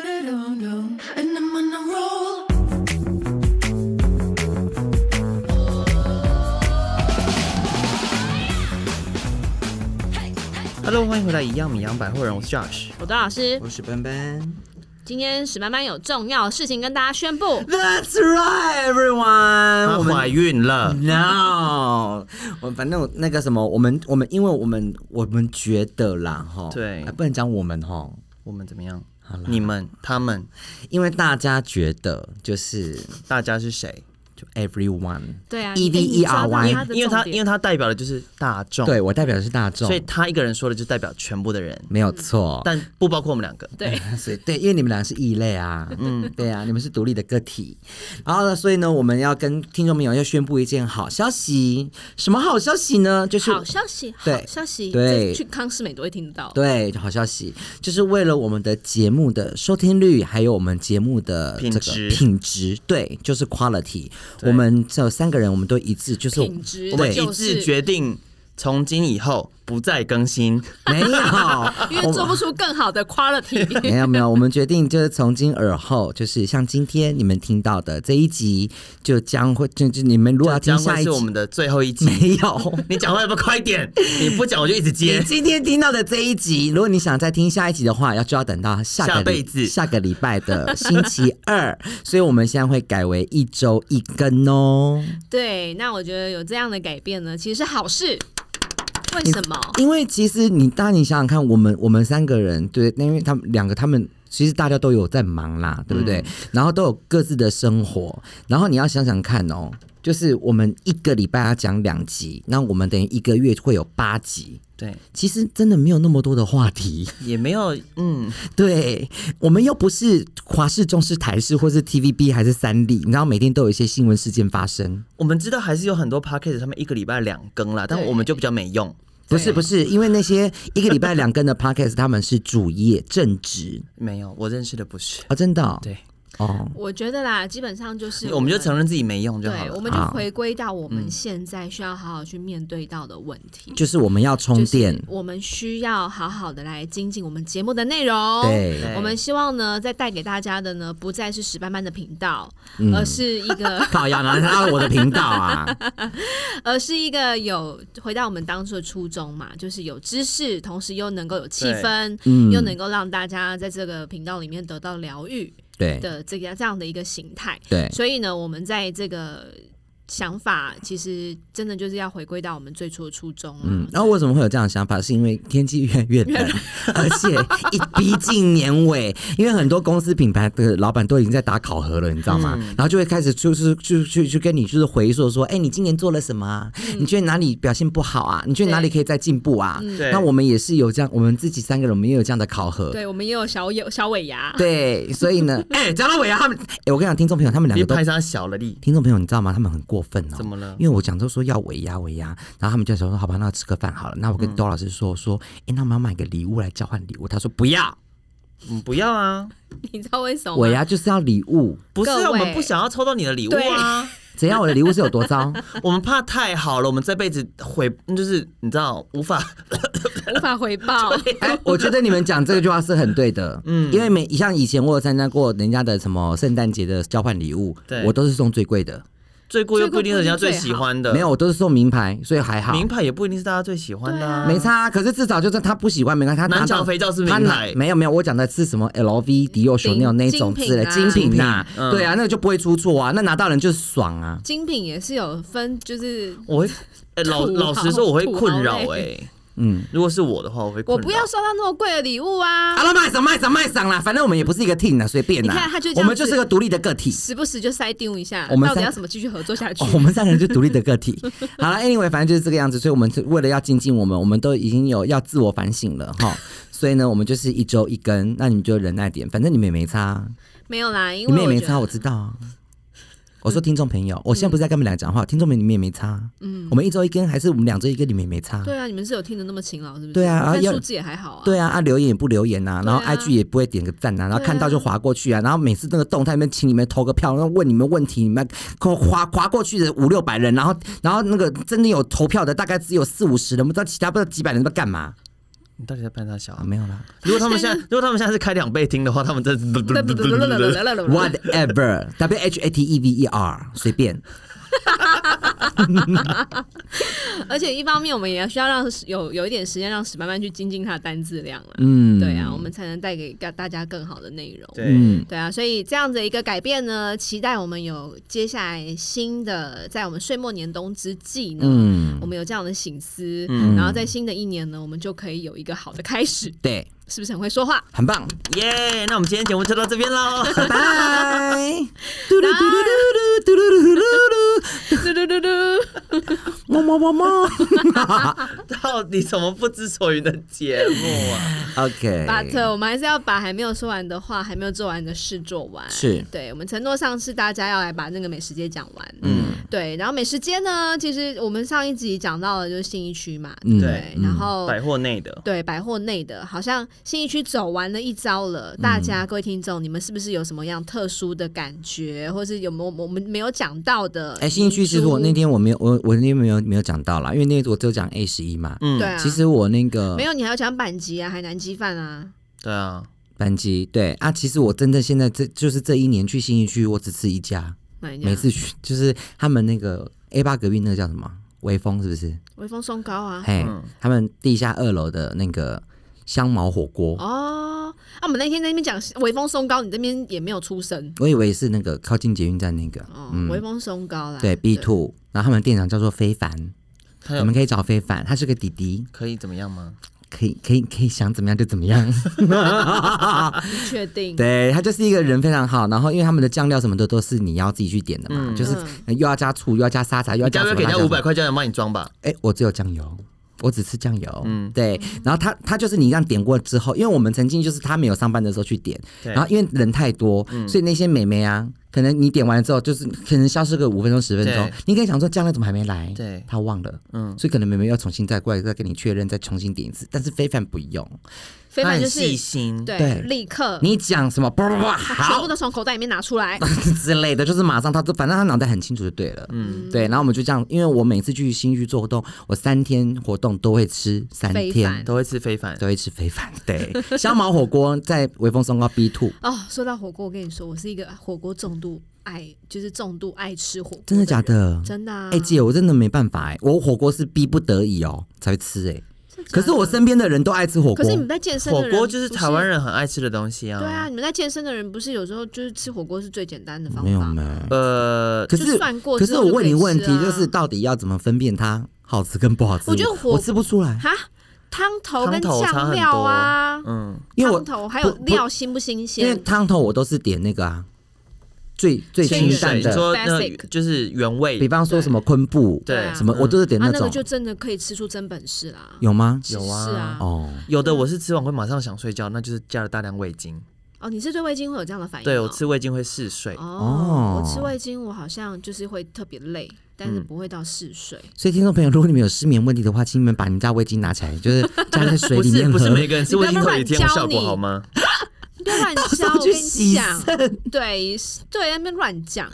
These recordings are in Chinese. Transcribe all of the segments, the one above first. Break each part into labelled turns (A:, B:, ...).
A: And I'm on a roll.
B: Hello，欢迎回来，一样米阳百货人，我是 Josh。
C: 我段老师，
B: 我是奔奔。
C: 今天史班班有重要事情跟大家宣布。
D: That's right, everyone
B: 她
D: 我
B: 怀
D: 们嗯
B: 孕了，
D: no，我反正我那个什么，我们我们因为我们我们觉得啦哈，
B: 对
D: 啊不能讲我们哈，
B: 我们怎么样？你们、他们，
D: 因为大家觉得就是
B: 大家是谁？
D: 就 everyone，
C: 对啊
D: E V E R
C: 哎你
D: Y
C: 抓到
B: 因为他，
C: 的重点
B: 因为他代表的就是大众，
D: 对，我代表的是大众，嗯
B: 所以他一个人说的就代表全部的人，
D: 没有错，
B: 但不包括我们两个。
C: 对，
D: 所以对，因为你们俩是异类啊，嗯，对啊，你们是独立的个体。然后呢，所以呢，我们要跟听众朋友要宣布一件好消息，什么好消息呢？就是
C: 好消息，好
D: 对
C: 消息，
D: 对
C: 这去康世美都会听到。
D: 对，好消息，就是为了我们的节目的收听率，还有我们节目的这
B: 品
D: 个
B: 质
D: 品质，对，就是 quality。我们这有三个人，我们都一致，就是
C: 品质
B: 我
C: 对
B: 们一致决定，从今以后不再更新。
D: 没有，
C: 因为做不出更好的 quality。
D: 没有没有，我们决定就是从今而后，就是像今天你们听到的这一集，就将会就就你们如果要
B: 这将
D: 听下
B: 会是
D: 一集嗯
B: 我，们的最后一集。
D: 没 有。
B: 你讲话要不要快一点？你不讲我就一直
D: 你
B: 接。
D: 今天听到的这一集，如果你想再听下一集的话，要就要等到下个
B: 下辈
D: 礼
B: 子
D: 下个礼拜的星期二， 所以我们现在会改为一周一更哦。
C: 对，那我觉得有这样的改变呢，其实是好事。为什么？
D: 因为其实你，当然你想想看，我们我们三个人，对，因为他们两个他们。其实大家都有在忙啦，对不对？然后都有各自的生活，然后你要想想看哦，就是我们一个礼拜要讲两集，那我们等于一个月会有八集，
B: 对，
D: 其实真的没有那么多的话题。
B: 也没有，嗯，
D: 对我们又不是华视、中视、台视，或是 TVB 还是三立，然后每天都有一些新闻事件发生。
B: 我们知道还是有很多 p o c k e t 他们一个礼拜两更啦，但
C: 对
B: 我们就比较没用。
D: 不是不是，因为那些一个礼拜两更的 podcast，他们是主业正职
B: 没有，我认识的不是。
D: 啊、真的哦、
B: 对，
D: 哦，
C: 我觉得啦，基本上就是
B: 我们就承认自己没用就好
C: 对，我
B: 了。
C: 们就
D: 好
C: 回归到我们现在需要好好去面对到的问题。
D: 就是我们要充电，
C: 就是我们需要好好的来精进我们节目的内容。
D: 对，
C: 我们哦希望呢，再带给大家的呢，不再是史班班的频道，
D: 嗯
C: 而是一个
D: 靠要拿到我的频道 啊，
C: 而是一个有回到我们当初的初衷嘛，就是有知识，同时又能够有气氛，
D: 嗯
C: 又能够让大家在这个频道里面得到疗愈
D: 对
C: 的这样这样的一个形态。
D: 对
C: 所以呢，我们在这个想法，其实真的就是要回归到我们最初的初衷、啊。
D: 嗯，然后为什么会有这样的想法？是因为天气越来越冷，而且一逼近年尾，因为很多公司品牌的老板都已经在打考核了，你知道吗？然后就会开始就是就就就跟你就是回溯说，哎、你今年做了什么、啊？你觉得哪里表现不好啊？你觉得哪里可以再进步啊？
B: 对
D: 那我们也是有这样，我们自己三个人，我们也有这样的考核。
C: 对，我们也有小有小尾牙，
D: 对，所以呢， 哎、讲到尾牙他们，哎、我跟你讲，听众朋友，他们两
B: 别
D: 个都
B: 拍他小了力，
D: 听众朋友，你知道吗？他们很过分哦。
B: 怎么了
D: 因为我讲都说要尾牙尾牙，然后他们就想说好吧，那吃个饭好了。那
B: 嗯
D: 我跟窦老师说、说，哎、那我们要买个礼物来交换礼物。他说不要，
B: 嗯，不要啊，
C: 你知道为什么
D: 尾
C: 吗？
D: 牙就是要礼物，
B: 不是啊
C: 各
B: 我
C: 位
B: 们不想要抽到你的礼物啊，
D: 怎样我的礼物是有 多糟？
B: 我们怕太好了，我们这辈子毁，就是你知道无法
C: 无法回 报。
D: 哎、我觉得你们讲这句话是很对的，嗯，因为每像以前我有参加过人家的什么圣诞节的交换礼物
B: 对，
D: 我都是送最贵的，
B: 最贵又
C: 最贵
B: 不一定是人家
C: 不一定
B: 最
C: 最
B: 喜欢的，
D: 没有，我都是送名牌，所以还好。
B: 名牌也不一定是大家最喜欢的啊，
D: 没差啊，可是至少就是他不喜欢，没关系。他拿
B: 南
D: 到
B: 墙肥皂是名
D: 他拿
B: 牌
D: 没有没有，我讲的是什么 LV、迪奥、
C: 精
D: Chanel 那种
C: 精
D: 之
C: 品
D: 类
C: 啊
D: 精品呐
B: 精品嗯，
D: 对啊，那个就不会出错啊，那拿到人就是爽啊。
C: 精品也是有分，就是
B: 我会，呃老
C: 土豪
B: 老实说我会困扰
C: 土豪
B: 哎、
D: 嗯，
B: 如果是我的话，我会困
C: 我
B: 扰。
C: 不要收到那么贵的礼物啊
D: 好。了，卖赏卖赏卖赏啦，反正我们也不是一个 team 啊，随便啦。
C: 你看他就这样子
D: 我们就是个独立的个体。
C: 时不时就塞丢一下，
D: 我们
C: 到底
D: 三
C: 要怎么继续合作下去？
D: 哦我们三个人就独立的个 体。好了，anyway，反正就是这个样子，所以我们是为了要精进我们，我们都已经有要自我反省了哈。所以呢，我们就是一周一根，那你们就忍耐点，反正你们也没差啊。
C: 没有啦，因为
D: 你们也
C: 我
D: 没
C: 觉
D: 差，
C: 得嗯
D: 我知道啊。 我说听众朋友，我现在不是在跟你们俩讲话，听众朋友你们也没差。嗯，我们一周一根，还是我们两周一根，你们也没差。
C: 对啊，你们是有听得那么勤劳，是不是？
D: 对啊
C: 我
D: 然后
C: 看
D: 要
C: 数字也还好啊。
D: 对啊，啊留言也不留言呐、啊，然后
C: 对啊
D: IG 也不会点个赞呐、啊，然
C: 对
D: 后
C: 啊
D: 看到就划过去啊，然后每次那个动态里面请你们投个票，然后问你们问题，你们给我划划过去的五六百人，然后然后那个真的有投票的大概只有四五十人，不知道其他不知道几百人在干嘛。
B: 你到底在扮他小
D: 啊，
B: 啊？
D: 没有啦
B: 如果他们现在，如果他们现在是开两倍听的话，他们真的
D: ，whatever W H A T E V E R，随便。
C: 而且一方面，我们也需要让有有一点时间让史班班去精进他的单字量了。
D: 嗯，
C: 对啊，我们才能带给大大家更好的内容。
B: 对，
D: 嗯，
C: 对啊，所以这样子一个改变呢，期待我们有接下来新的，在我们岁末年冬之际呢，
D: 嗯
C: 我们有这样的醒思，然后在新的一年呢，我们就可以有一个好的开始，
D: 对，
C: 是不是很会说 话？
D: 很棒，
B: 耶！那我们今天节目就到这边喽。
D: 拜拜。嘟噜嘟噜嘟噜嘟噜嘟噜嘟
C: 嘟嘟嘟嘟，
D: 噜，么么么么。
B: 到底怎么不知所云的节目 啊？
D: OK，
C: 巴呃特，我们还是要把还没有说完的话、还没有做完的事做完。
D: 是
C: 对，我们承诺上次大家要来把那个美食街讲完。嗯，对，然后美食街呢，其实我们上一集讲到了就是信义区嘛，
D: 嗯
C: 对不对，然后
B: 百货内的，
C: 对百货内的，好像信义区走完了一遭了。大
D: 嗯
C: 家、各位听众，你们是不是有什么样特殊的感觉，或是有没有我们没有讲到的？
D: 哎，新一区其实我那天我没有，我我那天没有没有讲到啦，因为那天我只有讲 A 十一嘛。
B: 嗯
C: 对啊，
D: 其实我那个
C: 没有，你还要讲板级啊，海南鸡饭啊，
B: 对啊，
D: 班机，对啊，其实我真正现在这就是这一年去新义区，我只吃一家，
C: 哪一家
D: 每次去就是他们那个 A 八隔壁那个叫什么微风是不是？
C: 微风松糕啊。
D: 嘿、
B: 嗯
D: 他们地下二楼的那个香茅火锅，
C: 哦，啊，我们那天在那边讲微风松糕，你这边也没有出声
D: 我以为是那个靠近捷运站那个，
C: 哦，微风松糕啦，
D: 嗯对 B two，然后他们店长叫做非凡，
B: 他
D: 你
B: 有
D: 们可以找非凡，他是个弟弟，
B: 可以怎么样吗？
D: 可以可以可以想怎么样就怎么 样。
C: 你确定？
D: 对，他就是一个人非常好，然后因为他们的酱料什么的都是你要自己去点的嘛，就是又要加醋，又要加沙茶，又
B: 嗯
D: 要
B: 你
D: 加
B: 该
D: 什
B: 不
D: 么
B: 会给人家
D: 辣椒
B: 五
D: 什么
B: 百块叫人帮你装吧？
D: 哎、我只有酱油，我只吃酱油。嗯，对。然后他他就是你这样点过之后，因为我们曾经就是他没有上班的时候去点，
B: 对
D: 然后因为人太多，所以那些美眉啊，可能你点完之后就是可能消失个五分钟十分钟
B: 对，
D: 你可以想说酱料怎么还没来？
B: 对
D: 他忘了，
B: 嗯
D: 嗯，所以可能美眉要重新再过来再跟你确认，再重新点一次。但是非凡不用，
C: 非凡
B: 他
C: 就
B: 很
C: 是
B: 细心，
C: 对
D: 对，
C: 立刻
D: 你讲什么叭叭叭
C: 全
D: 好
C: 部。都从口袋里面拿出来。
D: 之类的，就是马上他都，反正他脑袋很清楚就对了，嗯，对。然后我们就这样，因为我每次去新区做活动，我三天活动都会吃三
C: 非
D: 天，
C: 凡
B: 都会吃非凡
D: 都。会吃非凡。对， 香茅火锅在微风松高 B two，
C: 哦，说到火锅，我跟你说，我是一个火锅重度爱，就是重度爱吃火锅，
D: 真的假？的？
C: 真的啊！
D: 哎、姐，我真的没办法哎、我火锅是逼不得已哦才会吃哎、
C: 真的假的
D: 可是我身边的人都爱吃火
C: 可是，
D: 锅
C: 你们在健身的
B: 火
C: 人
B: 锅就是
C: 不
B: 台湾。人很爱吃的东西啊。
C: 对啊，，你们在健身的人不是有时候就是吃火锅是最简单的方法
D: 没有
C: 吗？
D: 没有。
B: 呃，
D: 可
C: 就是涮过
D: 可
C: 之
D: 是
C: 后
D: 我
C: 就
D: 问
C: 可以
D: 你问
C: 吃
D: 题，
C: 啊
D: 就是到底要怎么分辨它好吃跟不好吃？
C: 我觉得火
D: 我吃不出来，
C: 哈，汤头跟
B: 汤头差
C: 酱
B: 很
C: 料
B: 多
C: 啊，
B: 嗯，
D: 因为
C: 汤
D: 我
C: 头还有
D: 不不
C: 料新不新
D: 因为
C: 鲜？
D: 汤头我都是点那个啊，最最
C: 清
D: 清
C: 水
D: 淡
B: 你
D: 的，
B: 说那
C: Basic
B: 个就是原味，
D: 比方说什么昆布，
C: 对
B: 对
C: 啊
B: 嗯
D: 什么我都是点
C: 啊，
D: 那
C: 那个
D: 种
C: 就，真的可以吃出真本事啦。
D: 有吗？
B: 有
C: 是
B: 啊，
C: 啊
D: 哦，
B: 有的我是吃完会马上想睡觉，那就是加了大量味精。
C: 哦，你是对味精会有这样的反应哦？
B: 对我吃味精会嗜睡，
C: 哦，
D: 哦嗯
C: 我吃味精，我好像就是会特别累，但是不会到嗜睡。
D: 所以听众朋友，如果你们有失眠问题的话，请你们把你们家味精拿起来，就是加在水
B: 不
D: 里
B: 是
D: 面喝。
B: 不是每个人吃
C: 你不
B: 味
C: 要
B: 精都
C: 乱
B: 有一天有
C: 教
B: 效果
C: 你
B: 好吗？
C: 啊你不要 乱
D: 时
C: 教，
D: 候
C: 我
D: 去
C: 跟你
D: 洗
C: 讲，对对，那边 乱讲。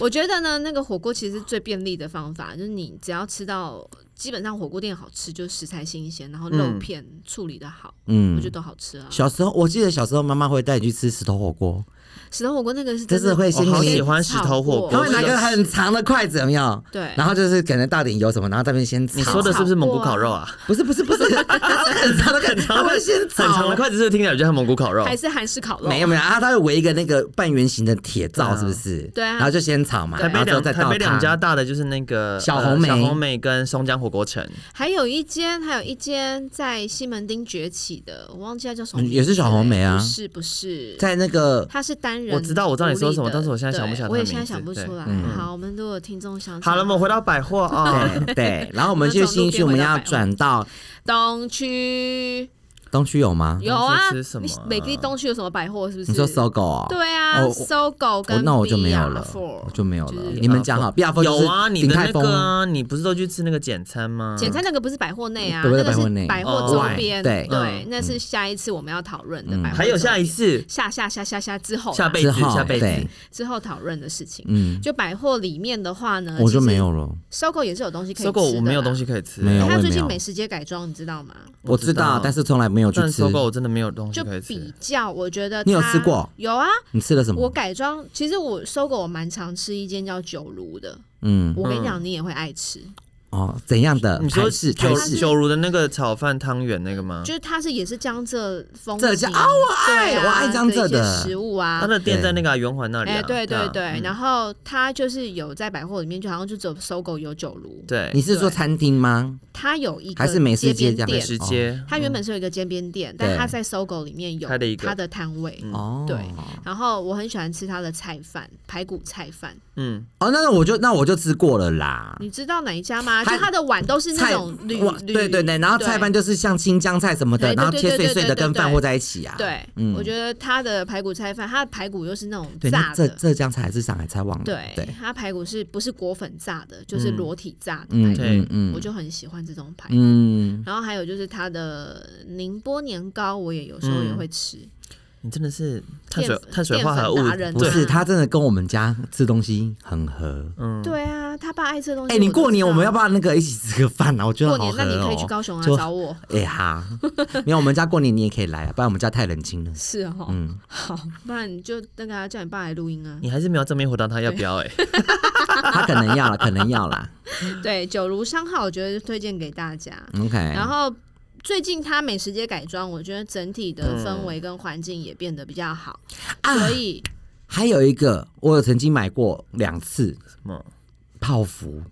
C: 我觉得呢，那个火锅其实是最便利的方法，就是你只要吃到。基本上火锅店好吃，就是食材新鲜，然后肉
B: 嗯
C: 片处理的好，我
D: 嗯
C: 觉得，都好吃啊。
D: 小时候我记得小时候妈妈会带你去吃石头火锅，
C: 石头火锅那个是
D: 就
C: 真
D: 是
C: 的
D: 会
B: 我
D: 先
B: 好
D: 给
B: 喜
D: 你，
B: 欢石头火锅。
D: 她会
C: 我
D: 拿
C: 有
D: 个很长的筷子，有没有？
C: 对，
D: 然后就是可能倒点油什么，然后在那边先炒。
B: 你说的是不是蒙古烤肉啊？
D: 不是不是不是，她是很长的很
B: 的
D: 长会先
B: 很长
D: 炒
B: 的。筷子是不是听起来就像蒙古烤肉？
C: 还是韩式烤肉，
D: 没有没有啊，他会围一个那个半圆形的铁罩，
B: 啊
D: 是不是？
C: 对啊
D: 然后就先炒嘛，
B: 台
D: 然
B: 北
D: 后之后
B: 两
D: 再
B: 台
D: 倒
B: 北两
D: 汤。
B: 家大的就是那个
D: 小
B: 呃
D: 红梅
B: 小红梅跟松江火锅城，
C: 还有一间，还有一间在西门町崛起的，我忘记它叫什么
D: 嗯
C: 名字了，
D: 也是小红梅啊
C: 不是不是，
D: 在那个
C: 它是单人，
B: 我知道我知道你说什么但是我现在想不起来它
C: 我也
B: 的
C: 现在
B: 名字
C: 想不
B: 对嗯
C: 出来。好，我们如果有听众想起来，
B: 好了，我们回到百货啊。
D: 对对，然后我们去新区，我们要转到
C: 东区
D: 东区有吗？
C: 有啊，
B: 吃什么
C: 你
B: 啊
C: 美丽东区有什么百货？是不是？
D: 你说搜狗啊？
C: 对啊，
D: 哦
C: 搜狗
D: 我
C: 跟
D: 那我就没有
C: BR
D: 了，
C: Four
D: 我就没有
C: 就
D: 了
C: 是。呃
D: 你们讲好，B R
B: 有啊，你
D: 鼎
B: 的
D: 泰
B: 那
D: 丰
B: 个啊，你不是都去吃那个简餐吗？
C: 简餐那个不是百货内啊，
D: 对
C: 那个
D: 不是百货
C: 是
D: 内
C: 百货周边，
D: 哦对嗯
C: 对
B: 嗯，
C: 那是下一次我们要讨论的。百货
B: 还有
C: 周边
B: 下一次，
C: 下下下下下之后啦，
B: 下辈
D: 之
B: 子，
D: 后
B: 下辈
D: 对
B: 子，
C: 之后讨论的事情。
D: 嗯，
C: 就百货里面的话呢，
D: 我就没有，了。
C: 搜狗也是有东西可以
B: 搜
C: 吃的
B: 狗
C: 啦。
B: 我没有东西可以吃，
D: 没有
C: 它
D: 我也
C: 最
D: 没
C: 近
D: 有
C: 美食街改装，你知道吗？
D: 我知道，但是从来没有去
B: 但
D: 吃
B: 搜。狗我真的没有东西
C: 就
B: 可以
C: 比
B: 吃。
C: 较，我觉得
D: 你有
C: 它
D: 吃过？
C: 有啊，
D: 你吃了什
C: 我
D: 么？
C: 改装。其实我搜狗我蛮常吃一间叫九如的，
D: 嗯，
C: 我跟你讲，你也会爱吃。
D: 哦，怎样的？
B: 你说
D: 台式
B: 九
D: 台
C: 式
B: 九如的那个炒饭汤圆那个吗
C: 就？是它是也是江浙风
D: 浙
C: 情
D: 江啊我爱
C: 对啊
D: 我爱江浙
C: 的
D: 的
C: 一些食物啊
B: 它。的店在那个啊圆环那里
C: 哎、
B: 啊。
C: 对对
B: 啊
C: 对，
B: 嗯
C: 然后它就是有在百货里面，就好像就只有搜狗有酒炉，
B: 对，
D: 你是说餐厅吗？
C: 它有一个
D: 还是嗯美食街
C: 街
D: 这
C: 边
D: 样
B: 美
C: 店，
B: 食
D: 哦
B: 街，
C: 它原本是有一个街边店，但它在搜狗里面有
B: 开了一个
C: 它的摊位。
B: 嗯
D: 哦，
C: 对然后我很喜欢吃它的菜饭，排骨菜饭，
B: 嗯，
D: 哦，那我就那我就吃过了啦。
C: 你知道哪一家吗？就
D: 它
C: 它的碗都是那
D: 菜
C: 种铝
D: 哇，
C: 铝，
D: 对对对，然后菜饭就是像青江菜什么的，
C: 对对
D: 然后
C: 对
D: 切
C: 对
D: 碎
C: 对
D: 碎
C: 对
D: 的
C: 对
D: 跟饭
C: 对
D: 和在一起啊。
C: 对，
D: 嗯
C: 我觉得它的排骨菜饭，它的排骨又是那种
D: 对，那
C: 炸
D: 浙
C: 的，
D: 浙江菜还是上海菜忘了。
C: 对，
D: 对，
C: 它排骨是不是裹粉炸的，就是
B: 嗯
C: 裸体炸的
D: 嗯
C: 排骨，
D: 嗯嗯，
C: 我就很喜欢这种排骨。
D: 嗯，
C: 然后还有就是它的宁波年糕，我也有时候也会吃。
B: 你真的是碳水
C: 淀粉
B: 碳水化合物
C: 淀粉达人啊
D: 不
B: 对
D: 是，他真的跟我们家吃东西很合。
B: 嗯，
C: 对啊，他爸爱吃的东西。
D: 哎，你过年我们要不
C: 要？
D: 要那个一起吃个饭啊？我觉得
C: 过
D: 好
C: 年那
D: 合
C: 你可以
D: 哦
C: 去高雄啊
D: 就
C: 找我。
D: 哎哈，没有，我们家过年你也可以来啊，不然我们家太冷 清了。
C: 是哦，
D: 嗯，
C: 好，不然你就那个啊叫你爸来录音啊。
B: 你还是没有正面回答他要不 要哎。
D: 他可能要了，可能要啦。
C: 对，九如商号我觉得就推荐给大家。
D: OK，
C: 然后最近它美食街改装，我觉得整体的氛围跟环境也变得比较好，
D: 嗯啊
C: 所以
D: 还有一个，我有曾经买过两次
B: 什么？
D: 泡芙，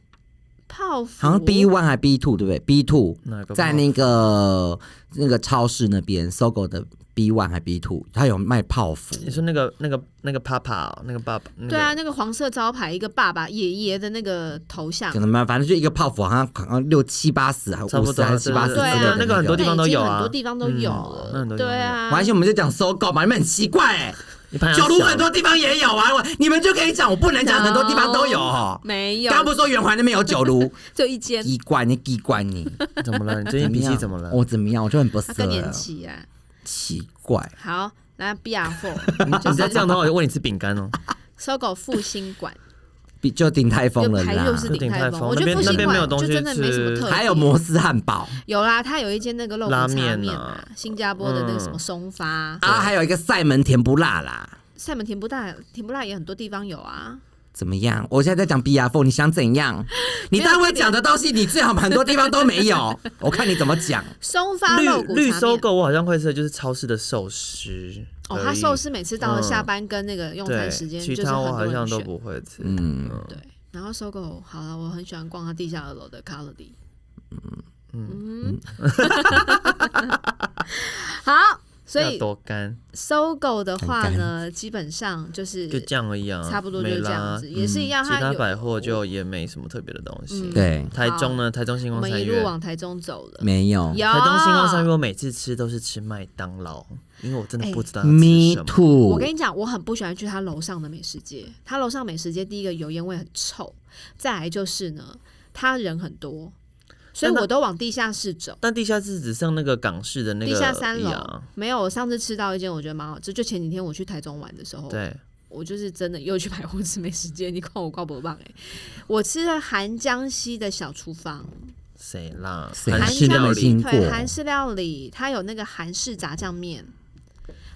C: 泡芙
D: 好像 B one 还 B two 对不对？B two
B: 哪个泡芙
D: 在那个那个超市那边搜狗的 B one 还 B two，它有卖泡芙。
B: 你说那个那个那个爸爸哦，那个爸爸，那个
C: 对啊，，那个黄色招牌一个爸爸爷爷的那个头像
D: 可，能吧，反正就一个泡芙，好像好像六七八十，还啊
B: 差
D: 五
B: 不
D: 十
B: 多
D: 还是七八十之
C: 对
D: 类
C: 啊
D: 的。
B: 那个很多地方都有啊
C: 很多地方都有了
B: 嗯那很多地方都有
C: 对啊，
D: 完全我们就讲搜狗嘛，你们很奇怪哎、
B: 你朋友
D: 九如
B: 小
D: 很多地方也有啊，我你们就可以讲，我不能讲很多地方都有
C: No，
D: 哦。
C: 没有，
D: 刚刚不是说圆环那边有 九如，
C: 就一间，
D: 奇怪你奇怪你，
B: 怎么 了？你最近脾气怎么了？
D: 我怎么样？我就很不
C: 他
D: 舍
C: 更年
D: 了，
C: 期啊。
D: 奇怪。
C: 好，那 B R Four
B: 你再这样的话，我就问你吃饼干 哦。
C: 搜狗复兴馆，
D: 比就顶泰丰
C: 就
D: 了
C: 排又是
D: 啦。
C: 鼎
B: 就鼎泰
C: 泰丰，
B: 丰
C: 我觉得复
D: 那
C: 兴
D: 边那边没
C: 馆
D: 有
B: 东
C: 就
B: 西
C: 真的没什么特别。
D: 还有摩斯汉堡
C: 有啦，它有一间那个肉骨
B: 拉
C: 茶
B: 面啊嗯
C: 面啊，新加坡的那个什么松发，
D: 啊，还有一个塞门甜不辣啦。
C: 塞门甜不辣，甜不辣也很多地方有啊。
D: 怎么样？我现在在讲 B R F，你想 怎样？你单位讲的东西，你最好很多地方都 没有。我看你怎么讲。
C: 松发
B: 绿
C: 肉骨茶
B: 绿
C: 面
B: 搜狗，我好像会吃的就是超市的寿司
C: 哦
B: 而，已
C: 它寿司每次到了下班跟那个用餐
B: 对，
C: 时间，
B: 嗯其
C: 就是
B: 他
C: 很
B: 我
C: 多
B: 好像
C: 人
B: 都
C: 选。
B: 不会吃。
D: 嗯，
C: 对，然后搜狗好了，我很喜欢逛它地下二楼的 Colody。嗯 好，所
B: 嗯要
C: 以
B: 多干，
C: 搜狗的话
D: 很
C: 呢，基本上就是
B: 就这样而已啊，
C: 呃差不多就是
B: 没
C: 这样
B: 啦嗯
C: 子，。也是一样。
B: 其
C: 它
B: 他
C: 有嗯
B: 百货就也没什么特别的东西。
D: 对，
B: 台中呢？台中星
C: 我
B: 光
C: 们
B: 三
C: 一
B: 月
C: 路，往哦台中走了，
D: 没有。
C: 有
B: 台中星光三月，我每次吃都是吃麦当劳，因为我
C: 哎
B: 真的不知道要吃
D: Me
B: 什么。
D: too。
C: 我跟你讲，我很不喜欢去他楼上的美食街。他楼上美食街，第一个油烟味很臭，再来就是呢，他人很多，所以
B: 但那
C: 我都往地下室走。
B: 但地下室只剩那个港式的那个
C: 地下三
B: 而已
C: 楼
B: 啊，
C: 没有，我上次吃到一间我觉得蛮好吃，就前几天我去台中玩的时候，
B: 对，
C: 我就是真的又去百货吃美食街，你看我逛不棒哎、我吃了韩江西的小厨房，
B: 谁啦？
D: 谁
B: 韩
D: 韩
B: 式
D: 式
B: 哎料
D: 美
B: 理
D: 心，听
C: 对
D: 过
C: 韩式料理，它有那个韩式炸酱面，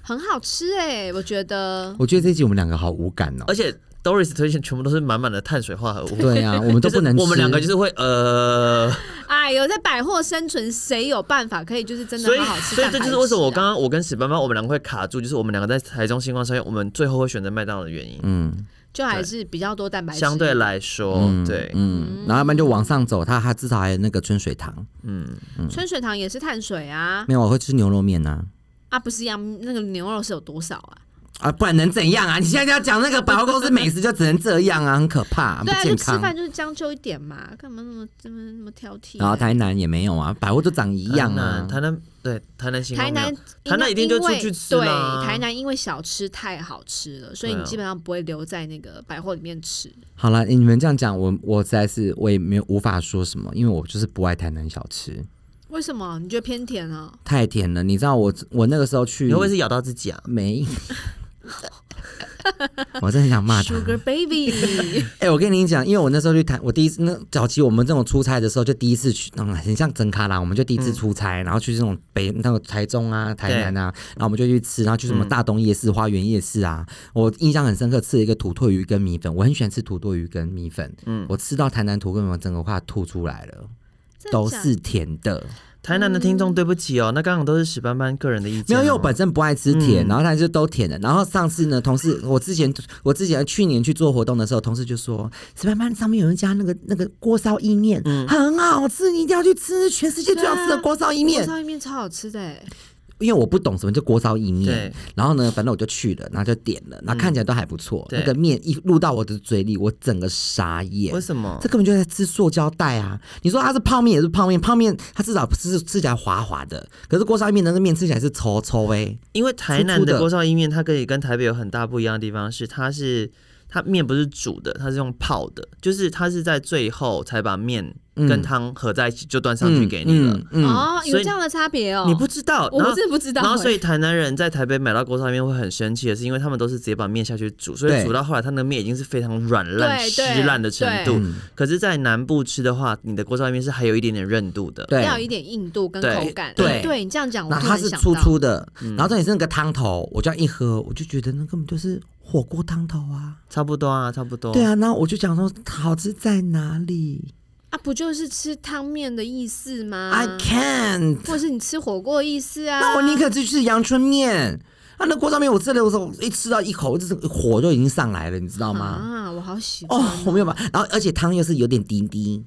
C: 很好吃哎、我觉得
D: 我觉得这一集我们两个好无感哦
B: 而。且 Doris 推荐全部都是满满的碳水化合物。
D: 对啊，我们 都
B: 就是
D: 不能吃。
B: 我们两个就是会呃，
C: 哎呦，在百货生存，谁有办法可以就是真
B: 所以
C: 的好好吃、
B: 所以这就是为什么我刚
C: 刚
B: 刚我跟史班班我们两个会卡住，就是我们两个在台中星光商业，我们最后会选择麦当劳的原因。
D: 嗯
C: 就还是比较多蛋白质，
B: 相对来说，
D: 嗯
B: 哦对，
D: 嗯，然后要不然就往上走，它它至少还有那个春水堂。
B: 嗯，
C: 春水堂也是碳水啊
D: 没有，我会吃牛肉面呐、
C: 啊，不是一样那个牛肉是有多少啊？
D: 啊，不然能怎样啊？你现在要讲那个百货公司美食，就只能这样啊，很可怕，不
C: 对啊，就
D: 健
C: 吃
D: 康。
C: 饭就是将就一点嘛，干嘛那么这么那么挑剔？
D: 然后台南也没有啊，百货都长一样啊。
B: 台南对台南星
C: 台
B: 光没有
C: 南
B: 台南一定就出去吃
C: 因为
B: 啦
C: 对，台南因为小吃太好吃了，所以
B: 对啊
C: 你基本上不会留在那个百货里面吃。
D: 好了，你们这样讲，我我实在是我也没有无法说什么，因为我就是不爱台南小吃，
C: 为什么？你觉得偏甜啊？
D: 太甜了。你知道我我那个时候去
B: 你会不会是咬到自己啊？
D: 没， 我真的很想骂他。
C: Sugar Baby，
D: 哎、我跟你讲，因为我那时候去台，我第一次那早期我们这种出差的时候，就第一次去，嗯，很像真卡啦，我们就第一次出差，然后去这种北那个台中啊、台南啊，然后我们就去吃，然后去什么大东夜市、花园夜市啊，我印象很深刻，吃了一个土豆鱼跟米粉，我很喜欢吃土豆鱼跟米粉，嗯，我吃到台南土豆鱼，我整个快要吐出来了，
C: 真的
D: 都
C: 假的
D: 是甜的。
B: 台南的听
C: 嗯
B: 众，对不起哦，那刚刚都是史班班个人的意
D: 没
B: 见哦。
D: 有，因为我本身不爱吃甜，
B: 嗯
D: 然后他就都甜的。然后上次呢，同事我之前我之前去年去做活动的时候，同事就说，石斑斑上面有人家那个那个锅烧意面、
B: 嗯
D: 很好吃，你一定要去吃，全世界最好吃的锅烧意面
B: 啊
C: 锅。烧意面超好吃的欸，
D: 因为我不懂什么叫锅烧意面
B: 对，嗯
D: 然后呢，反正我就去了，然后就点了，然后看起来都还不错。
B: 对
D: 那个面一入到我的嘴里，我整个傻眼。
B: 为什么
D: 这？根本就在吃塑胶袋啊！你说它是泡面也是泡面，泡面它至少吃吃起来滑滑的，可是锅烧意面那个面吃起来是稠稠哎、
B: 因为台南
D: 粗粗
B: 的
D: 的
B: 锅烧意面，它可以跟台北有很大不一样的地方是，它是它面不是煮的，它是用泡的，就是它是在最后才把面
C: 嗯
B: 跟汤合在一起就端上去给你了。
D: 嗯
C: 哦，有
B: 所以
C: 这样的差别哦。
B: 你不知道，
C: 我
B: 然后
C: 真的不知道
B: 然后
C: 欸
B: 所以台南人在台北买到锅烧面会很生气的是，因为他们都是直接把面下去煮，所以
D: 对
B: 煮到后来，它那个面已经是非常软烂、
C: 对
B: 湿
C: 对
B: 烂的程度
D: 对嗯。
B: 可是，在南部吃的话，你的锅烧面是还有一点点韧度的。
D: 对，
C: 要有一点硬度跟
B: 对
C: 口感。
D: 对
C: 对你这样讲，我
D: 那
C: 突
D: 它
C: 然
D: 是
C: 想
D: 粗
C: 到
D: 粗的，然后重点是那个汤头，我这样一喝，我就觉得那根本就是火锅汤头啊。
B: 差不多啊，差不多。
D: 对，啊，那我就想说好吃在哪里、
C: 啊，不就是吃汤面的意思吗
D: i can't，、
C: 或者是你吃火锅的意思啊？
D: 那我宁可去吃阳春面。啊，那锅烧面我吃了，我说我一吃到一口，就是火就已经上来了，你知道吗？
C: 啊，我好喜欢
D: 哦，我没有办法，然后而且汤又是有点滴滴，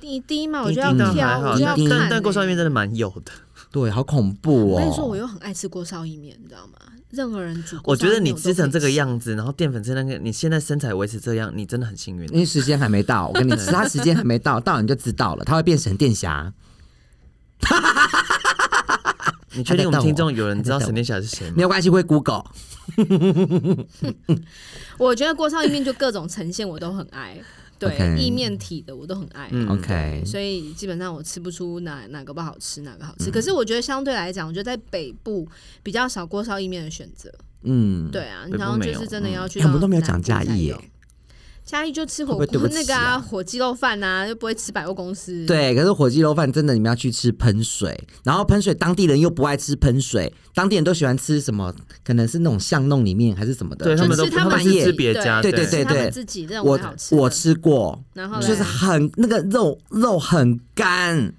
C: 滴滴嘛，我就
B: 一
C: 要
B: 定的
C: 挑，
B: 还
C: 我
B: 好，
C: 就要
B: 但
C: 看欸。
B: 但但锅烧面真的蛮有的。
D: 对，好恐怖
C: 我
D: 哦。
C: 跟你说，我又很爱吃锅烧意面，你知道吗？任何人煮锅
B: 我
C: 烧意
B: 觉
C: 面
B: 得你
C: 都
B: 吃成这
C: 可
B: 个
C: 以吃，
B: 样子，然后淀粉吃那个，你现在身材维持这样，你真的很幸运。
D: 因为时间还没到，我跟你，他时间还没到，到你就知道了，他会变神殿侠。
B: 你确定我们听众有人知道
D: 还在
B: 沈
D: 等
B: 殿霞是谁吗
D: 没？有关系，会 Google。
C: 我觉得锅烧意面就各种呈现我都很爱，对
D: OK
C: 意面体的我都很爱。
B: 嗯
D: OK，
C: 所以基本上我吃不出哪哪个不好吃，哪个好吃。可是我觉得相对来讲，我觉得在北部比较少锅烧意面的选择。
D: 嗯，
C: 对啊，
B: 北部
C: 然后就
B: 没有
C: 是真的要去
D: 哎
C: 到南部才有、
D: 我们都没有讲嘉义耶
C: 嘉义就吃
D: 会
C: 火
D: 不会对
C: 锅
D: 不
C: 那
D: 起
C: 个
D: 啊
C: 啊，火鸡肉饭啊，又不会吃百货公司。，
D: 对，可是火鸡肉饭真的，你们要去吃喷水，然后喷水当地人又不爱吃喷水，当地人都喜欢吃什么？可能是那种巷弄里面还是什么的。
B: 对
D: 就
B: 他们
D: 是
B: 都
C: 是他
B: 他们
C: 们
B: 是
D: 自己
B: 吃别家，
C: 对
D: 对对
C: 是他们自己这种
D: 我
C: 才好吃的。
D: 我吃过，
C: 然后嘞
D: 就是很那个肉肉很干。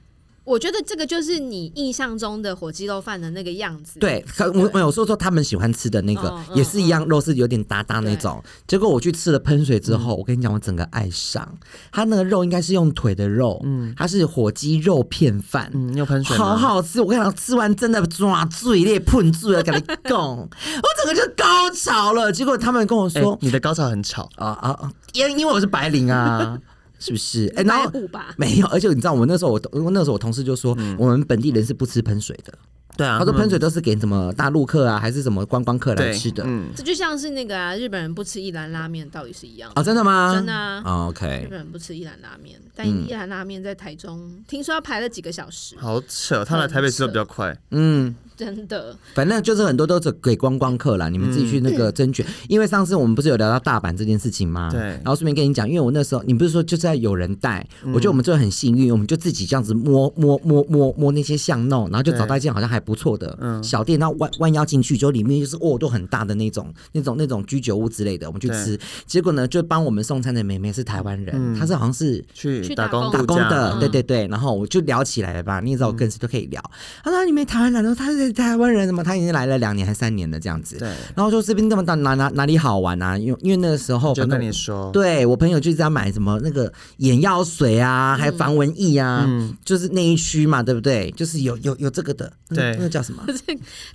C: 我觉得这个就是你印象中的火鸡肉饭的那个样子。
D: 对，可我我有说说他们喜欢吃的那个、
C: 嗯嗯
D: 也是一样，肉是有点搭搭那种。结果我去吃了喷水之后，我跟你讲，我整个爱上它那个肉，应该是用腿的肉，嗯，它是火鸡肉片饭，
B: 嗯，你有喷水吗？
D: 好好吃！我跟你讲，吃完真的抓嘴裂、喷住了，跟你讲，我整个就高潮了。结果他们跟我
B: 哎
D: 说，
B: 你的高潮很吵，
D: 啊啊啊，因因为我是白领啊，是不是？哎、然
C: 白
D: 后
C: 虎吧。
D: 没有，而且你知道，我那时候我我那时候我同事就说，我们本地人是不吃喷水的，
B: 对啊，
D: 他说
B: 们
D: 喷水都是给什么大陆客啊，还是什么观光嗯客来
B: 对
D: 吃的。
B: 嗯，
C: 这就像是那个啊，日本人不吃一兰拉面，道理是一样的。
D: 啊，真的吗？
C: 真的啊
D: 哦
C: 日
D: OK，
C: 本人不吃一兰拉面，但一兰拉面在台
D: 嗯
C: 中，听说要排了几个小时，
B: 好扯，他来台北吃的比较快，
D: 嗯，
C: 真的。
D: 反正就是很多都是给观光客啦，你们自己去那个甄选。因为上次我们不是有聊到大阪这件事情吗？
B: 对
D: 然后顺便跟你讲，因为我那时候你不是说就是要有人带，
B: 嗯
D: 我觉得我们就很幸运，我们就自己这样子摸摸摸摸摸那些巷弄，然后就找到一间好像还不错的
B: 嗯
D: 小店，然后弯弯腰进去，就里面就是哦都很大的那种那种那种居酒屋之类的，我们去吃。结果呢，就帮我们送餐的妹妹是台湾
B: 嗯
D: 人，她是好像是。
B: 去
C: 去
B: 打
C: 打工
B: 工
D: 打
B: 度
D: 工
B: 假
D: 的，
B: 嗯
D: 对对对，然后我就聊起来了吧，你也知道我跟谁都可以聊。他说你们台湾人哦，他是是台湾人，怎么他已经来了两年还三年了这样子。
B: 对
D: 然后我就这边根本到哪哪哪里好玩啊？因为因为那个时候
B: 就
D: 反正
B: 跟你说，
D: 对我朋友就是要买什么那个眼药水啊，还有
B: 嗯
D: 防蚊液啊，就是那一区嘛，对不对？就是有有有这个的，嗯那个
B: 对
D: 那个叫什 么？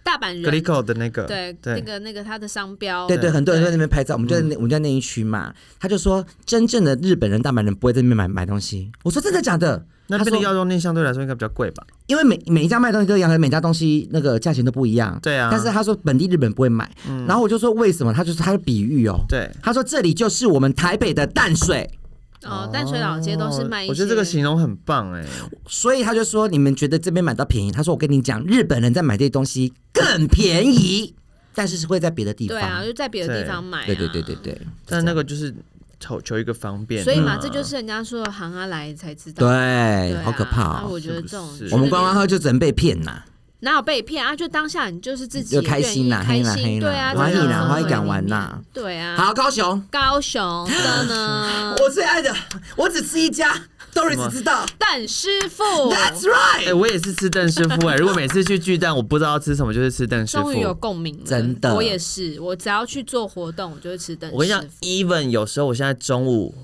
C: 大阪
B: 格力
C: 人
B: 狗的那个，
C: 对那
B: 对，
C: 个那个他的商标，
D: 对对，很多人在
C: 对
D: 那边拍照，我们就在
B: 嗯
D: 那、我们就在那一区嘛。他就说，真正的日本人、大阪人不会在那边买买东西。我说真的假的？
B: 那
D: 他
B: 边的
D: 说
B: 药妆店相对来说应该比较贵吧？
D: 因为每每一家卖东西都一样，每家东西那个价钱都不一样。
B: 对啊嗯
D: 但是他说本地日本不会买，然后我就说为什么？他就说他就比喻哦，
B: 对。
D: 他说这里就是我们台北的淡水，
C: 哦，淡水老街都是
D: 哦
C: 卖一些，
B: 我觉得这个形容很棒哎、
D: 所以他就说你们觉得这边买到便宜，他说我跟你讲，日本人在买这些东西更便宜，但是是会在别的地方。
C: 对啊，就在别的地方买、啊，
D: 对对对对对，
B: 但那个就是求求一个方便、嗯
C: 所以嘛，这就是人家说的行啊来才知道，
D: 对，
C: 啊
D: 好可怕
C: 那
D: 哦！
C: 我觉得这种
B: 是不是
D: 我们观光
C: 啊去那边
D: 啊客就只能被骗呐，
C: 哪有被骗啊？就当下你就是自己
D: 就开心啦
C: 愿意
D: 嘿啦
C: 开
D: 嘿
C: 心，
D: 啦
C: 对啊，
B: 欢喜啦欢喜
D: 敢玩啦，
C: 对啊。
D: 好，高雄，
C: 高雄的
D: ，
C: 呢
D: 我最爱的，我只吃一家，Doris 知道
C: 邓师傅
D: ，That's
B: 哎、
D: right，
B: 我也是吃邓师傅哎、如果每次去巨蛋，我不知道吃什么，就是吃邓师傅
C: 终。于有共鸣了，
D: 真的
C: 我也是，我只要去做活动，我就会吃邓师傅。
B: 我跟你讲，even 有时候我现在中午，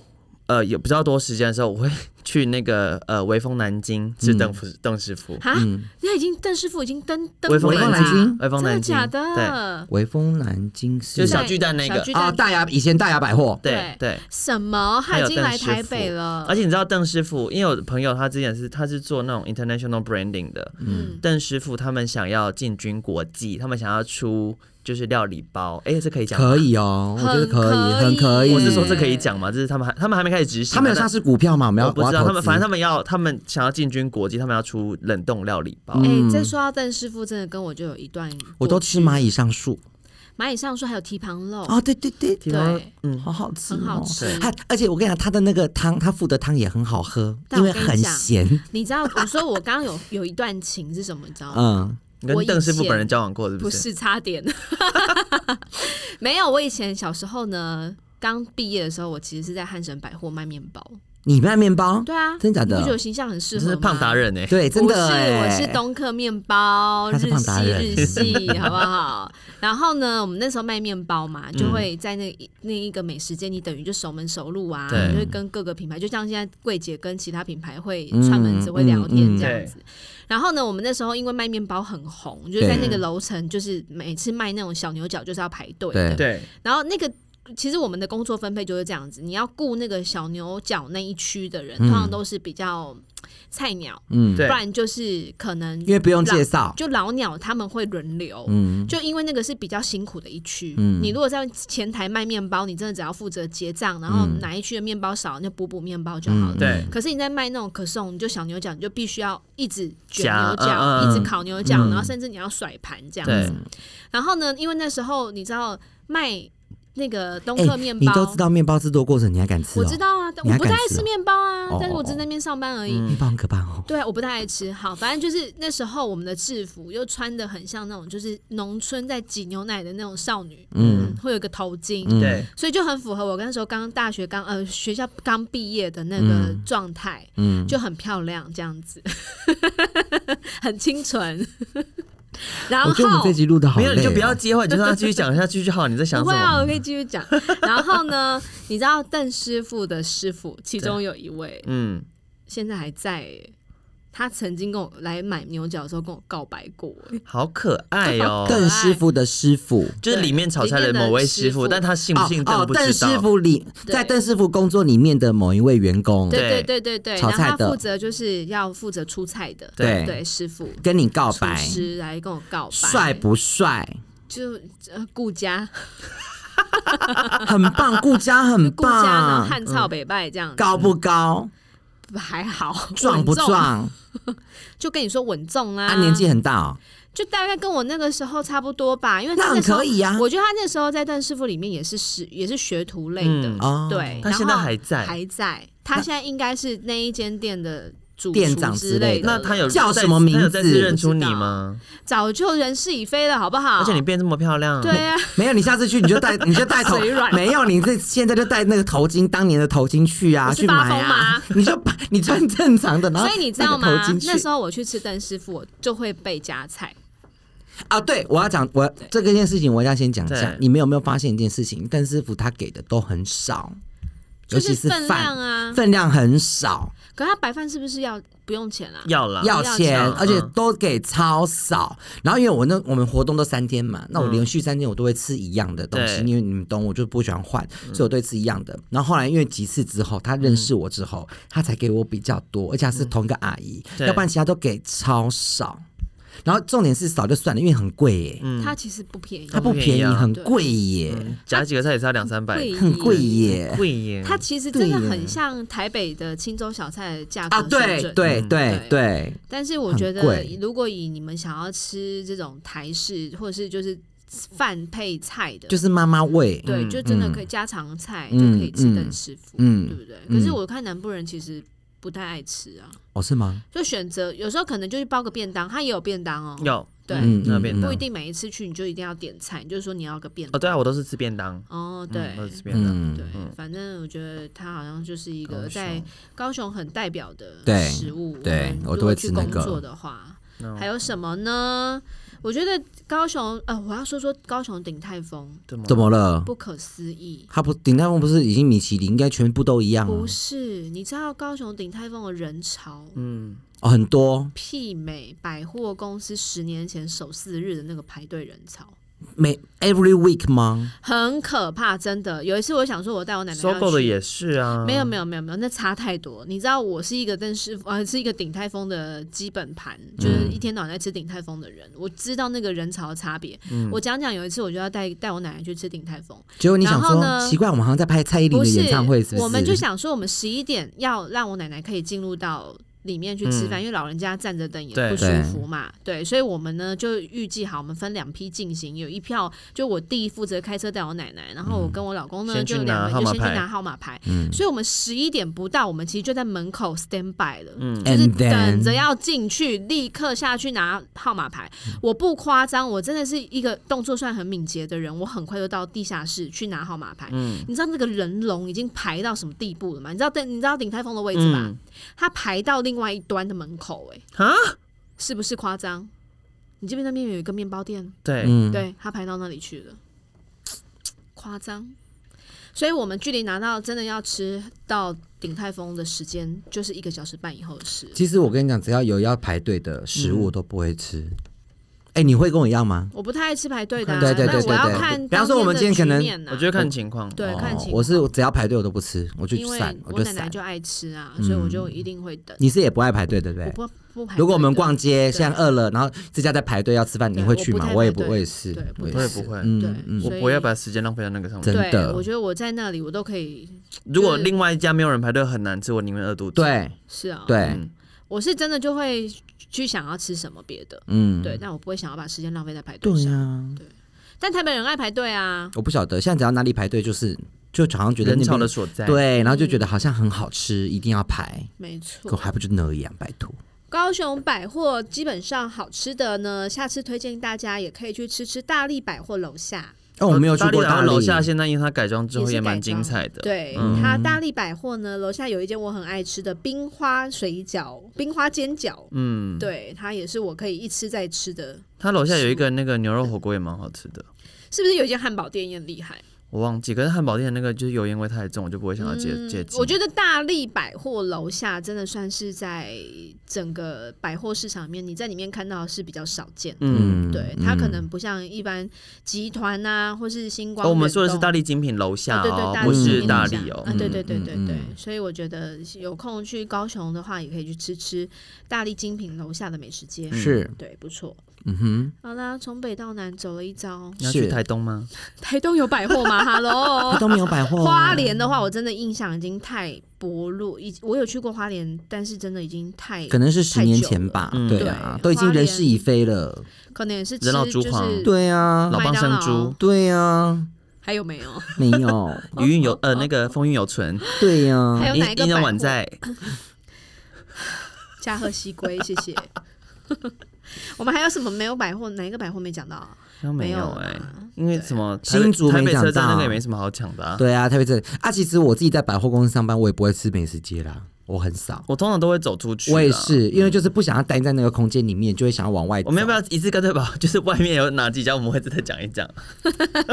B: 呃，也不知道多时间的时候，我会 去那个呃微风南京吃邓夫邓师 傅。
C: 啊，人家已经邓师傅已经登
B: 嗯
C: 登
B: 微风
C: 过了
D: 南
C: 啦
D: 京
B: 微风南京
C: 真的假的？
D: 微风南京是
B: 就是
C: 在
B: 小巨蛋那个
C: 小巨
D: 啊，
C: 蛋
D: 大雅以前大雅百货，
B: 对对，
C: 什么？他
B: 还
C: 已
B: 有
C: 经
B: 邓
C: 来
B: 师
C: 台
B: 傅哎
C: 北了，
B: 而且你知道邓师傅，因为我的朋友他之前是他是做那种 international branding 的，
C: 嗯
B: 邓师傅他们想要进军国际，他们想要出就是料理包，哎、这可以讲吗。
D: 可以哦，我觉得
C: 很
D: 可以，
C: 可
D: 很
C: 以
D: 可以。
B: 我是说这可以讲吗？这是他们还他们还没开始执行啊，
D: 嗯他们有
B: 但
D: 上市股票嘛？我们要
B: 我不知
D: 我要
B: 道，
D: 投
B: 他们
D: 资
B: 反正他们要，他们想要进军国际，他们要出冷冻料理包。
D: 嗯
C: 哎、再说到邓师傅，真的跟我就有一段过去，
D: 我都吃蚂蚁上树
C: 蚂蚁上树，还有蹄膀肉，
B: 哦
D: 啊，对对对，
B: 听说
C: 对，
B: 嗯，
D: 好好吃、哦，
C: 很好吃
D: 它而且我跟你讲，它的那个汤，它附的汤也很好喝，
C: 但
D: 因
C: 我
D: 为
C: 跟你
D: 很
C: 讲
D: 咸。
C: 你知道，我说我刚刚有有一段情是什么，你知道吗？
D: 嗯，
B: 你跟邓师傅
C: 我以前
B: 本人交往过是
C: 不
B: 是？
C: 是差点， 没有。我以前小时候呢，刚毕业的时候，我其实是在汉神百货卖面包。
D: 你卖面包？
C: 对啊，
D: 真假
C: 你
D: 的
C: 不觉得我形象很适
B: 你
C: 合
B: 是
C: 吗
B: 胖达。人哎，
D: 对，真
C: 不是，
D: 的
C: 我
D: 哎，
C: 是东客面包，
D: 他
C: 日
D: 是胖达
C: 系
D: 人
C: 日 系，好不好？然后呢，我们那时候卖面包嘛，
D: 嗯
C: 就会在那一那一个美食街，你等于就熟门熟路啊，
B: 对
C: 你就会跟各个
D: 嗯
C: 品牌，就像现在柜姐跟其他品牌会串门子、会聊
D: 嗯嗯
C: 天
D: 嗯
C: 这样子。然后呢，我们那时候因为卖面包很红，就是在那个楼层，就是每次卖那种小牛角就是要排队的
D: 对。
B: 对，
C: 然后那个其实我们的工作分配就是这样子，你要雇那个小牛角那一区的人，通常都是比较嘖菜鸟，
D: 嗯，
C: 不
B: 对
C: 然就是可能
D: 因为不用介绍，
C: 就老鸟他们会轮流。
D: 嗯，
C: 就因为那个是比较辛苦的一区，
D: 嗯
C: 你如果在前台卖面包，你真的只要负责结账，然后哪一区的面包少，你就补补面包就好了。
D: 嗯
B: 对
C: 可是你在卖那种可颂，你就小牛角，你就必须要一直卷
B: 夹
C: 牛角，
B: 嗯嗯
C: 一直烤牛角，
D: 嗯
C: 然后甚至你要甩盘这样
B: 对
C: 子。然后呢，因为那时候你知道卖那个东
D: 哎
C: 客面
D: 你
C: 包，
D: 都知道面包制作过程，你还敢吃、哦？
C: 我知，道啊，但
D: 你还
C: 我不太
D: 敢
C: 爱
D: 吃哦
C: 吃面包啊，
D: 哦
C: 但是我只在那边上班而已。
D: 面包很可怕哦。
C: 对啊，我不太爱吃。好，反正就是那时候我们的制服又穿的很像那种，就是农村在挤牛奶的那种少女，
D: 嗯
C: 嗯，会有一个头巾，
D: 嗯
B: 对，
C: 所以就很符合我那时候刚大学刚呃学校刚毕业的那个
D: 嗯
C: 状态，
D: 嗯，
C: 就很漂亮这样子， 很清纯。 然后
D: 我觉得我们这集录的好
B: 没
D: 累、哦，
B: 有你就不要接话，你就让他继续讲下去就好。你在想
C: 不
B: 什
C: 会啊，
B: 么
C: 我？可以继续讲。然后呢，你知道邓师傅的师傅，其中有一位
B: 嗯，
C: 现在还在耶，他曾经跟我来买牛角的时候跟我告白过欸耶，
B: 好可爱 哦，
D: 邓师傅的师傅。
B: 就是里面炒菜的某位师傅，
C: 对
B: 但他姓不姓
D: 哦
B: 邓
D: 哦，
B: 不
D: 邓
B: 知
D: 师
B: 道。
D: 傅里
C: 对
D: 在邓师傅工作里面的某一位员工，
C: 对
B: 对
C: 对对对对，
D: 炒
C: 然
D: 菜
C: 后
D: 的
C: 他负责就是要负责出菜的，
D: 对
C: 对，师傅。
D: 跟你告
C: 厨
D: 白，
C: 师来跟我告白，
D: 帅不帅？
C: 就呃顾家，
D: 很棒，顾家很
C: 顾家，然后
D: 棒，
C: 汉操北拜这样，
D: 高不高，
C: 还好，
D: 壮不
C: 稳重？啊
D: 壮？
C: 就跟你说稳重啦，
D: 他年纪很大哦，
C: 就大概跟我那个时候差不多吧，因为他
D: 那很
C: 时候
D: 可以啊
C: 我觉得他那时候在邓师傅里面也是师，也是学徒类的，
B: 嗯
D: 哦
C: 对。
B: 他
C: 然后
B: 现在还在
C: 还在，他现在应该是那一间店的主
D: 店
C: 厨
D: 长之
C: 之
D: 类
C: 类
D: 的
C: 的。
B: 那他有
D: 叫
B: 再
D: 什么名字
B: 他有再次认出你吗？
C: 早就人事已非了，好不好？
B: 而且你变这么漂亮，
C: 对啊呀、
D: 没有，你下次去你就戴，你就戴头
C: 嘴，软
D: 没有，你这现在就戴那个头巾，当年的头巾去啊，
C: 我是
D: 去买
C: 发疯
D: 啊
C: 吗，
D: 你就把你穿正常的，然后
C: 所以你知道
D: 戴个
C: 吗
D: 头巾？
C: 那时
D: 去，
C: 候我去吃邓师傅，我就会被夹菜。
D: 啊，对，我要讲我这个件事情，我要先讲一下
B: 对。
D: 你们有没有发现一件事情？邓师傅他给的都很少，尤
C: 就
D: 其
C: 是分量
D: 饭
C: 啊。
D: 分量很少，
C: 可他白饭是不是要不用钱啊？
B: 要啦，
D: 要
C: 要
D: 钱
C: 钱，
D: 而且
B: 嗯
D: 都给超少。然后因为我那我们活动都三天嘛，那我连续三天我都会吃一样的东西，
B: 对
D: 因为你们懂，我就不喜欢换，
C: 嗯
D: 所以我都会吃一样的。然后后来因为几次之后，他认识我之后，他才给我比较多，而且
C: 嗯
D: 还是同一个阿姨，
B: 对
D: 要不然其他都给超少。然后重点是少就算了，因为很贵耶，
B: 嗯
C: 他其实不便宜，
D: 它不
B: 不便
D: 便
B: 宜
D: 宜，
B: 啊
D: 很
C: 对
D: 贵耶，
B: 夹几个菜也是要两三百，
C: 贵
D: 很贵耶。
B: 贵耶。
C: 它其实真的
D: 对耶
C: 很像台北的青州小菜的价格
D: 啊，
C: 水
D: 对
C: 准
D: 对
B: 嗯
D: 对
C: 对
D: 对，
C: 但是我
D: 很
C: 觉得
D: 贵，
C: 如果以你们想要吃这种台式，或者是就是饭配菜的，
D: 就是妈妈味，
C: 对，
B: 嗯
C: 就真的可以家常菜，
D: 嗯
C: 就可以吃邓师傅，
D: 嗯嗯
C: 对不对？
D: 嗯
C: 可是我看南部人其实不太爱吃啊，
D: 哦，是吗？
C: 就选择有时候可能就是包个便当，他也有便当哦，
B: 要
C: 对
B: 嗯那便
C: 不
B: 当
C: 一定每一次去你就一定要点菜，你就说你要个便
B: 哦，
C: 当。
B: 对啊，我都是吃便当，
C: 哦，
B: 嗯都
C: 对
B: 是吃便当。
D: 嗯，
C: 对，反正我觉得它好像就是一
D: 高
C: 个
D: 雄
C: 在高雄很代表的
D: 对
C: 食物。
D: 对
C: 们
D: 我
C: 如
D: 都
C: 果
D: 会
C: 去
D: 吃那
C: 工
D: 个
C: 作的话，
B: 那
C: 还有什么呢？我觉得高雄，呃，我要说说高雄鼎泰丰，
B: 怎么
D: 怎么了？
C: 不可思议。
D: 他不鼎泰丰不是已经米其林应该全部都一样
C: 不
D: 了
C: 是，你知道高雄鼎泰丰的人潮
B: 嗯，
D: 哦，很多
C: 媲美百货公司十年前首四日的那个排队人潮，
D: 每 every week 吗？
C: 很可怕，真的。有一次我想说，我带我奶奶
B: 收
C: 要
B: 购的
C: 去
B: 也是啊，
C: 没有没有没有没有，那差太多。你知道我是一个但是呃是一个鼎泰丰的基本盘，就是一天到晚在吃鼎泰丰的人，我知道那个人潮的差别。我讲讲有一次我就要带带我奶奶去吃鼎泰丰，
D: 结果你想
C: 然后
D: 说
C: 呢
D: 奇怪，我们好像在拍蔡依林的
C: 是
D: 演唱会，是不是？
C: 我们就想说我们十一点要让我奶奶可以进入到。里面去吃饭，因为老人家站着等也
B: 对
C: 不舒服嘛，对，所以我们呢就预计好，我们分两批进行，有一票就我弟负责开车带我奶奶，然后我跟我老公呢、
B: 先去
C: 就
B: 拿
C: 两个
B: 号
C: 人
B: 码
C: 就先去
B: 牌
C: 拿号码牌，所以我们十一点不到，我们其实就在门口 stand by 了，
B: 嗯
C: 就是
D: And then-
C: 等着要进去，立刻下去拿号码牌。
D: 嗯
C: 我不夸张，我真的是一个动作算很敏捷的人，我很快就到地下室去拿号码牌。
B: 嗯
C: 你知道那个人龙已经排到什么地步了吗？你知道对，你知道鼎泰丰的位置吧？
B: 嗯
C: 他排到另外一端的门口、哎，
B: 啊，
C: 是不是夸张？你这边那边有一个面包店，
B: 对，
D: 嗯，
C: 对他排到那里去了，夸张。所以我们距离拿到真的要吃到鼎泰丰的时间，就是一个小时半以后的事。
D: 其实我跟你讲，只要有要排队的食物，我都不会吃。哎，
C: 嗯
D: 你会跟我一样吗？
C: 我不太爱吃排队的、啊，
D: 对对对
C: 但我要
D: 对对
C: 看。
D: 比方说我们今天可能
B: 我觉得看情况，
C: 啊对
D: 哦
C: 看情况
D: 我是只要排队我都不吃，我就
C: 因为
D: 散，
C: 我
D: 就
C: 奶奶
D: 散。
C: 就爱吃啊，所以我就一定会等。
D: 你是也不爱排队，对不
C: 我
D: 对？
C: 不不排队的。
D: 如果我们逛街，
C: 对
D: 现在饿了，然后自家在排队要吃饭，你
C: 对
D: 会去吗？
C: 我不太
D: 我也
C: 排
D: 不
C: 队
D: 会是，
C: 对
D: 我也
B: 我也
D: 是
B: 不会，
C: 对
D: 嗯嗯，
B: 我
C: 所以
B: 不要把时间浪费在那个上
D: 真
B: 面。
C: 对
D: 的，
C: 我觉得我在那里我都可以，
B: 如果
C: 就是
B: 另外一家没有人排队很难吃，我宁愿饿肚子。，
D: 对
C: 是啊，，
D: 对，
B: 嗯，
C: 我是真的就会去想要吃什么别的，
D: 嗯，
C: 对，但我不会想要把时间浪费在排队
D: 对啊
C: 上。
D: 呀。
C: 但台北人爱排队啊，
D: 我不晓得，现在只要哪里排队，就是就好像觉得
B: 人
D: 那
B: 潮
D: 边
B: 的所在。，
D: 对，然后就觉得好像很好吃，一定要排，
C: 没
D: 可
C: 错。
D: 还不就那样，拜托。
C: 高雄百货基本上好吃的呢，下次推荐大家也可以去吃吃大力百货楼下。
D: 哦，我没有去过
B: 呃然
D: 大
B: 后
D: 理，
B: 啊楼下现在因为它改装之后
C: 也是
B: 也蛮
C: 改
B: 精
C: 装
B: 彩的。，
C: 对，
B: 嗯
C: 它大力百货呢，楼下有一间我很爱吃的冰花水饺、冰花煎饺，
B: 嗯，
C: 对，它也是我可以一吃再吃的。
B: 它楼下有一个那个牛肉火锅也蛮好吃的，
C: 是不是有一间汉堡店也很厉害？
B: 我忘记。可是汉堡店的那个就是油烟味太重，我就不会想要接接近。
C: 嗯我觉得大力百货楼下真的算是在整个百货市场里面，你在里面看到的是比较少见的。
B: 嗯，
D: 嗯
C: 对，它可能不像一般集团啊，或是星光、
B: 哦，我们说的是大力精品楼
C: 哦
B: 下
C: 对对
B: 哦，
C: 大
B: 不
C: 力精
B: 是
C: 品
B: 大
C: 楼下
B: 力哦
C: 啊，。对对对
D: 嗯
C: 对
D: 嗯
C: 对，
D: 嗯
C: 所以我觉得有空去高雄的话，也可以去吃吃大力精品楼下的美食街，
B: 嗯
D: 是，
C: 对，不错。
D: 嗯哼，
C: 好啦，从北到南走了一遭，
B: 你要去
D: 是
B: 台东吗？
C: 台东有百货吗
D: 它
C: ？Hello，
D: 都没有百货啊，
C: 哦花莲的话，我真的印象已经太薄弱，已我有去过花莲，但是真的已经太
D: 可能是十
C: 太
D: 年
C: 久
D: 前
C: 了
D: 吧，
B: 嗯
D: 对啊，
C: 对
D: 都已
C: 花
D: 经人
C: 莲
D: 事已非了，
C: 可能也是吃
B: 人老珠
C: 就
B: 黄
C: 是
D: 对啊，
B: 老
C: 麦
B: 棒
C: 当
B: 生
C: 劳
B: 猪，
D: 对啊，
C: 还有没有？
D: 没有，
B: 余韵有呃那个风韵有存，
D: 对呀
C: 还，有
B: 阴
C: 哪一个
B: 阴阳
C: 百
B: 晚
C: 货
B: 在。
C: 嘉禾西归，谢谢。 我们还有什么没有百货？哪一个百货没讲到啊？
B: 好像没有
C: 没有
B: 哎、
C: 啦
B: 因为什么
D: 新竹
B: 台
D: 没
B: 北
D: 讲
B: 车站那
D: 到
B: 个也没什么好抢的、啊。
D: 对啊，特别是啊，其实我自己在百货公司上班，我也不会吃美食街啦，我很少。
B: 我通啊常都会走出去。
D: 我也，是，因为就是不想要待在那个空间里面，就会想要往外走。
B: 我们要不要一次干脆把 就是外面有哪几家我们会再讲一讲？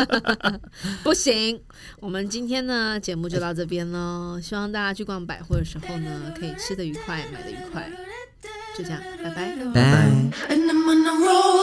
C: 不行，我们今天呢节目就到这边喽。希望大家去逛百货的时候呢，可以吃的愉快，买的愉快。就这样，拜拜。
D: 拜。
A: And I'm on a roll.